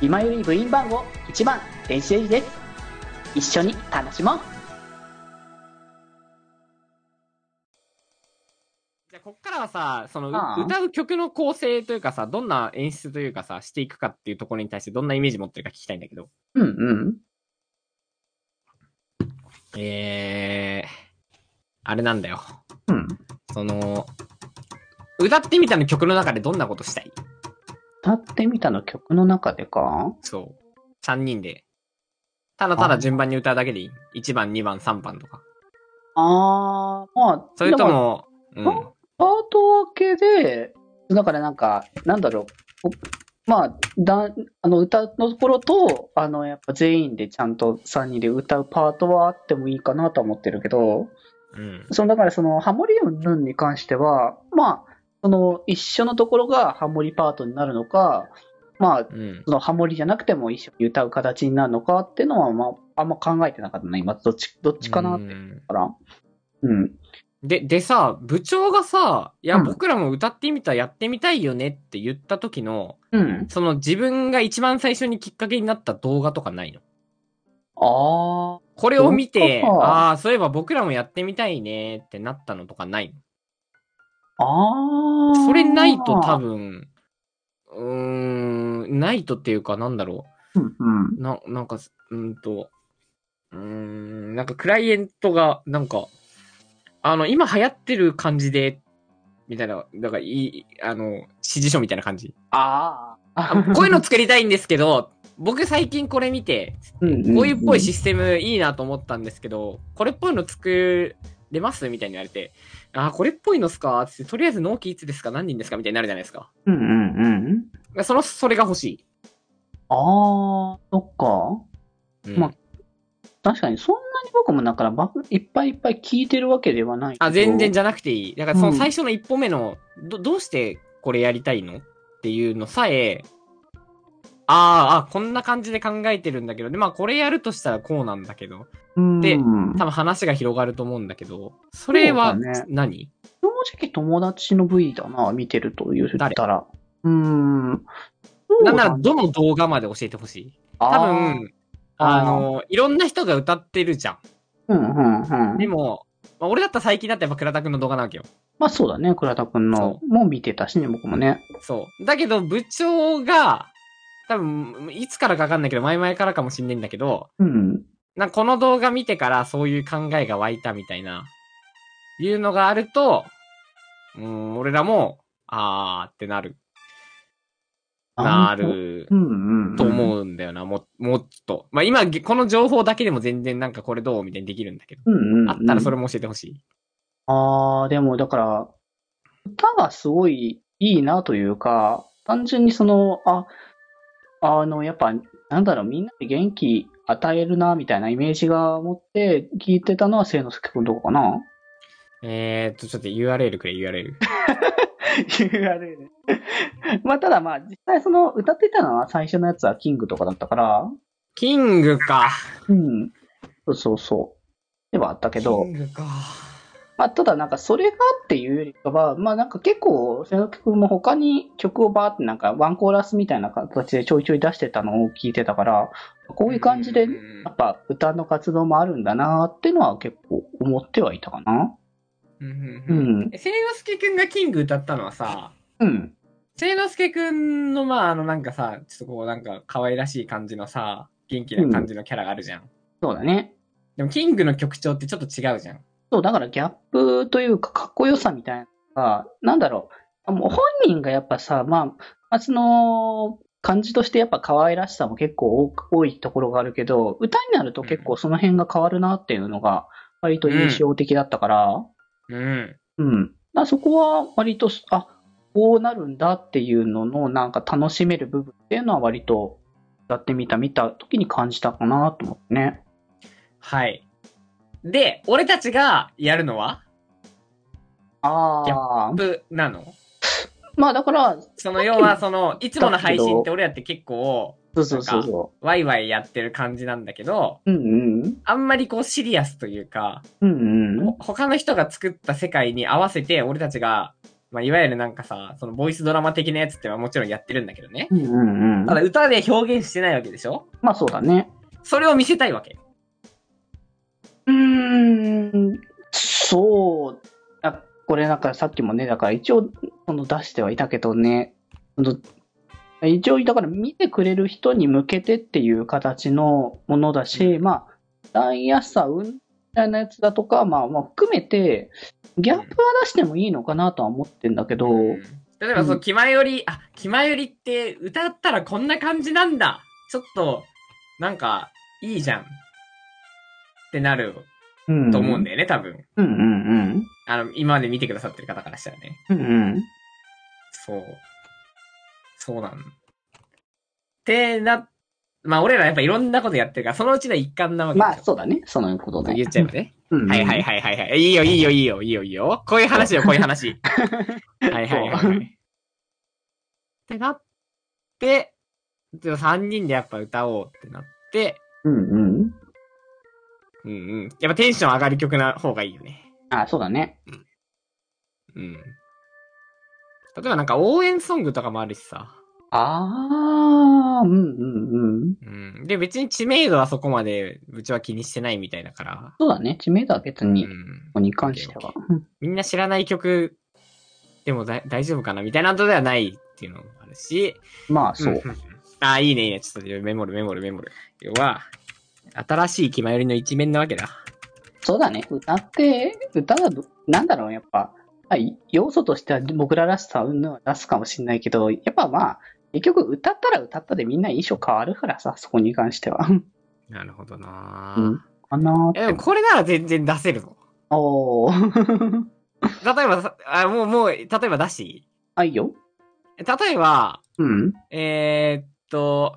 今より部員番号1番電子レンジです一緒に楽しもうじゃあこっからはさ、その、ああう歌う曲の構成というかさ、どんな演出というかさ、していくかっていうところに対してどんなイメージ持ってるか聞きたいんだけど。うんうんえー、あれなんだよ。うんその、歌ってみたの曲の中でどんなことしたい歌ってみたの曲の中でかそう。三人で。ただただ順番に歌うだけでいい。一番、二番、三番とか。あー、まあ、それとも、うん。あパート分けで、だからなんか、なんだろう、おまあ、だあの歌のところと、あの、やっぱ全員でちゃんと3人で歌うパートはあってもいいかなとは思ってるけど、うん。その、だからその、ハモリ云々に関しては、まあ、その、一緒のところがハモリパートになるのか、まあ、うん。そのハモリじゃなくても一緒に歌う形になるのかっていうのは、まあ、あんま考えてなかったな、今、どっち、どっちかなってうだんから。うん。で、でさ、部長がさ、いや、うん僕らも歌ってみた、やってみたいよねって言った時の、うん。その自分が一番最初にきっかけになった動画とかないのああ。これを見て、動画かああー、そういえば僕らもやってみたいねってなったのとかないああ。それないと多。分、うーん、ないとっていうかなんだろうんうん。う。な、なんか、うーんと、うーん、なんかクライエントが、なんか、あの、今流行ってる感じで、みたいな、なんかいい、あの、指示書みたいな感じ。ああこういうの作りたいんですけど、僕最近これ見て、 こうこういうっぽいしシステムいいなと思ったんですけど、これっぽいの作れますみたいに言われて、あー、これっぽいのっすかつって、とりあえず納期いつですか何人ですかみたいになるじゃないですか。うんうんうん。その、それが欲しい。ああ、そっか。うんま確かに、そんなに僕もだから、ばいっぱいいっぱい聞いてるわけではないけど。あ、全然じじゃなくていい。だからそのうん最初の一歩目の、ど、どうしてこれやりたいのっていうのさえ、あーあ、こんな感じで考えてるんだけど、で、まあこれやるとしたらこうなんだけど、ゃでうん、多分話が広がると思うんだけど、それはそうだね何、正直友達の部位だな、見てると言ったら。うーん。なんならどの動画まで教えてほしい多あ分、ーあの、いろんな人が歌ってるじゃそうだうんうんうんん。。でも、まあ、俺だったら最近だったらやっぱ倉田くんの動画なわけよ。まあそうだね、倉田くんのそも見てたしね、僕もね。そう。だけど、部長が、多分、いつからかわかんないけど、前々からかもしんないんだけど、うん。なんかこの動画見てからそういう考えが湧いたみたいな、いうのがあると、うん、俺らも、あーってなる、なるう、んうんうん。と思うんだよな、も、もっと。まあ、今、この情報だけでも全然なんかこれどうみたいにできるんだけど。うんうんうん。あったらそれも教えてほしい。ああ、でもだから、歌がすごいいいなというか、単純にその、あ、あの、やっぱ、なんだろう、みんなに元気与えるな、みたいなイメージが持って聞いてたのは、清之助くんとこかなえーっと、ちょっと URL くれ、URL。 ?URL。まあ、ただまあ、実際その、歌ってたのは最初のやつはキングとかだったから、キングか。うん。そうそうそう。ではあったけどキン、グか。まあ、ただなんかそれがっていうよりかは、まあなんか結構、瀬野君も他に曲をバーってなんかワンコーラスみたいな形でちょいちょい出してたのを聞いてたから、こういう感じで、やんっぱ歌の活動もあるんだなーってのは結構思ってはいたかな。うん。ううんん。え、聖之助くんがキング歌ったのはさ、うん。聖之助くんの、まあ、あの、なんかさ、ちょっとこう、なんか、可愛らしい感じのさ、元気な感じのキャラがあるじゃん。そうだね。でも、キングの曲調ってちょっと違うじゃん。そう、だからギャップというかかっこよさみたいなのが、なんだろう。もう本人がやっぱさ、まあ、その、感じとしてやっぱ可愛らしさも結構多く多いところがあるけど、歌になると結構その辺が変わるなっていうのが、割と印象的だったから、うん。うん。まあそこは割と、あ、こうなるんだっていうののなんか楽しめる部分っていうのは割と、やってみた、見た時に感じたかなと思ってね。はい。で、俺たちがやるのは、あギャあ。ブなのまあだから、その、要は、その、いつもの配信って俺らって結構、そうそうそうそワイワイやってる感じなんだけど、う。うんうん。あんまりこうシリアスというか、うんうん。ほ他の人が作った世界に合わせて俺たちがまあ、いわゆるなんかさ、そのボイスドラマ的なやつってのはもちろんやってるんだけどね。うんうんうん。ただ歌で表現してないわけでしょまあそうだね。それを見せたいわけ。うーん、そう。あこれなんかさっきもね、だから一応その出してはいたけどね、その一応だから見てくれる人に向けてっていう形のものだし、まあ、ダイヤさ、うんみたいなやつだとか、まあまあ含めて、ギャップは出してもいいのかなとは思ってんだけど、うん例えば、そうの、ん気前より、あ、気前よりって歌ったらこんな感じなんだ。ちょっと、なんか、いいじゃん。ってなるうんと思うんだよね、多分。うんうんあの、今まで見てくださってる方からしたらね。うん。うんうん。そう。そうなん。ってな、まあ俺らやっぱいろんなことやってるから、そのうちの一環なわけでまあしょ。そうだね、そのこととね。言っちゃえばね。うんうんはいはいはいはいはい。いいよいいよいいよいいよいいよ。こういう話よ、こういう話。は いはいはい、はい。ってなって、でも3人でやっぱ歌おうってなって、うんうん。うんうん。やっぱテンション上がる曲な方がいいよね。あ、そうだね。うん。例えばなんか応援ソングとかもあるしさ。あー、うんうんうん。うん。で、別に知名度はそこまでうちは気にしてないみたいだから。そうだね。知名度は別に、うこんこに関しては。うんみんな知らない曲でもだ大丈夫かなみたいなのではないっていうのもあるし。まあ、そう。んんああ、いいね、いいね。ちょっとメモる、メモる、メモる。要は、新しい気まよりの一面なわけだ。そうだね。歌って、歌はど、なんだろう、やっぱ、まあ要素としては僕ららしさをは出すかもしれないけど、やっぱまあ、結局歌ったら歌ったでみんな印象変わるからさ、そこに関しては。なるほどな、うん。かなえでーっもて。これなら全然出せるぞ。おー。 例えばさ、あもう、もう、例えばだし。あ、いいよ。例えば、うん。えー、っと、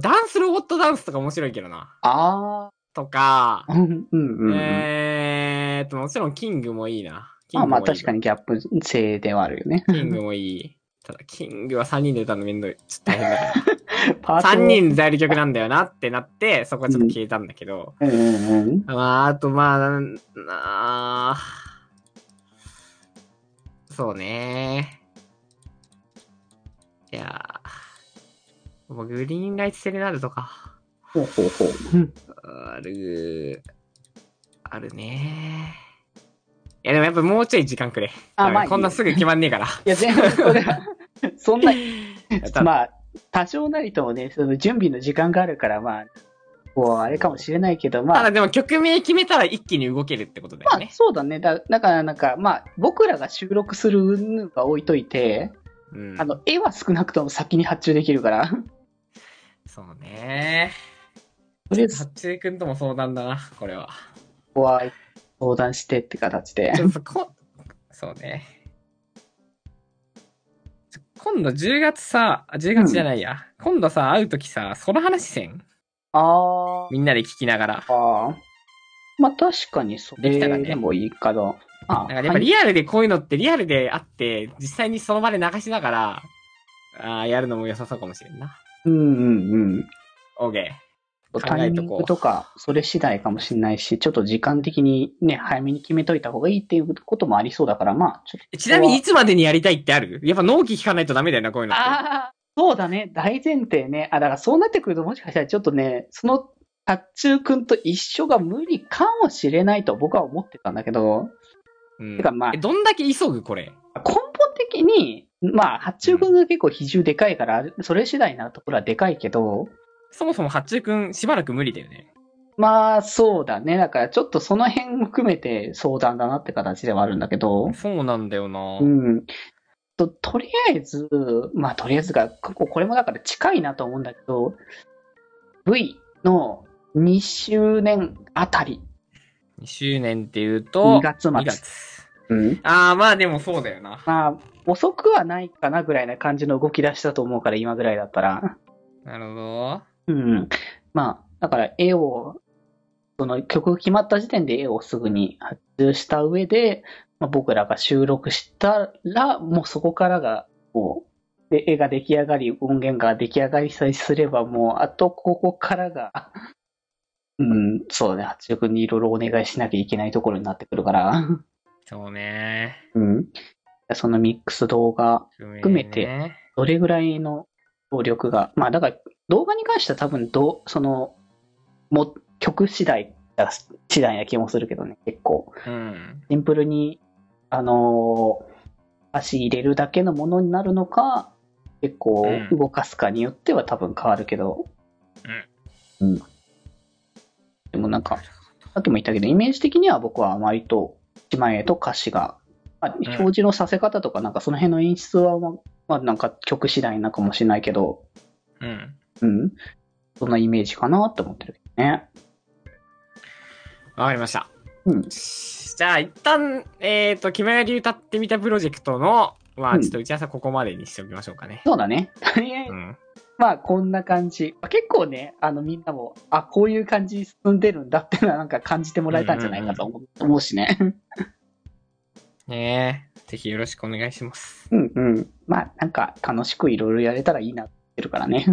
ダンスロボットダンスとか面白いけどな。あとかー。、うんうんうん。えー、っと、もちろんキングもいいな。キンまあグもまいあい確かにギャップ性ではあるよね。キングもいい。ただ、キングは3人で歌うのめんどい。ちょっと大 変だか パーら。ト3。人で歌える曲なんだよなってなって、そこはちょっと消えたんだけど。うんうんうん。まあ、あと、まあ、なんなあそうね。いやーもうグリーンライトセレナードとか、ほうほうほう。うんある、あるね。いや、でもやっぱもうちょい時間くれ。あ、 まあいいよ。こんなすぐ決まんねえから。いや、全部それは そんな、たまあ、多少なりともね、その準備の時間があるから、まあ、こう、あれかもしれないけど、たまだあ、でも曲名決めたら一気に動けるってことだよまあね、。そうだね。だだから、なんか、まあ、僕らが収録する云々は置いといて、うんあの、絵は少なくとも先に発注できるから、そうね。とりあえず、八そ中くんとも相談だな、これは。こは相談してって形でち。ょっとこ、そうね。ちょ今度10月さ、あ10月じゃないや。今度さ、会うときさ、その話せんあみんなで聞きながら。あ、ああ。まあ、確かにそできれたらねでもいいかな。あだからやっぱはいリアルでこういうのってリアルであって、実際にその場で流しながら、あーやるのも良さそうかもしれんな。うんうんうん。オーケ考タえイとミこうングとか、それ次第かもしれないし、ちょっと時間的にね、早めに決めといた方がいいっていうこともありそうだから、まあ、ちょっー。ちなみにいつまでにやりたいってあるやっぱ納期聞かないとダメだよな、こういうと。のって。ああ、そうだね。大前提ね。あ、だからそうなってくると、もしかしたらちょっとね、その、タッチューくんと一緒が無理かもしれないと僕は思ってたんだけど、うんてかまあえどんだけ急ぐこれ。根本的に、まあ、八中君が結構比重でかいから、それ次第なところはでかいけど、そもそも八中くんしばらく無理だよね。まあ、そうだね。だから、ちょっとその辺も含めて相談だなって形ではあるんだけど。そうなんだよな。うん。と、とりあえず、まあ、とりあえずが、こここれもだから近いなと思うんだけど、V の2周年あたり、 2周年っていうと、 2月2末。月。うん。ああ、まあでもそうだよな。まあ、遅くはないかなぐらいな感じの動き出したと思うから、今ぐらいだったら。なるほど。うん。まあ、だから絵を、その曲が決まった時点で絵をすぐに発注した上で、まあ、僕らが収録したら、もうそこからが、こう、で、絵が出来上がり、音源が出来上がりさえすれば、もう、あとここからが、 うん、そうね、八中君にいろいろお願いしなきゃいけないところになってくるから、そうね。うん。そのミックス動画、含めてねどれぐらいの能力が、まあだから動画に関しては多分どう、その、も、曲次第だ、次第な気もするけどね、結構。うん。シンプルに、あのー足入れるだけのものになるのか、結構うん動かすかによっては多分変わるけど。うん。でもなんか、さっきも言ったけど、イメージ的には僕は割と一枚絵と歌詞が、まあ、表示のさせ方とかなんかその辺の演出は、まあ、まあなんか曲次第なのかもしれないけど、うん。うん。そんなイメージかなって思ってるけどね。わかりました。うんじゃあ、一旦、えっ、と、木村流歌ってみたプロジェクトの、まうあ、んちょっと打ち合わせはここまでにしておきましょうかね。そうだね。とりあえずうん。まあこんな感じ。まあ結構ね、あのみんなも、あ、こういう感じに進んでるんだっていうのはなんか感じてもらえたんじゃないかと思う,、思うしね。ねえ、ぜひよろしくお願いします。うんうん。まあなんか楽しくいろいろやれたらいいなって言ってるからね。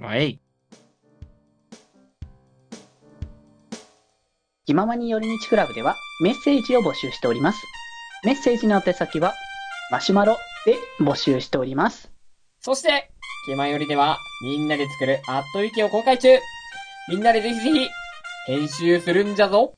はい。気ままに寄り道クラブではメッセージを募集しております。メッセージの宛先は、マシュマロで募集しております。そして、気まよりでは、みんなで作るアットウィキを公開中みんなでぜひぜひ、編集するんじゃぞ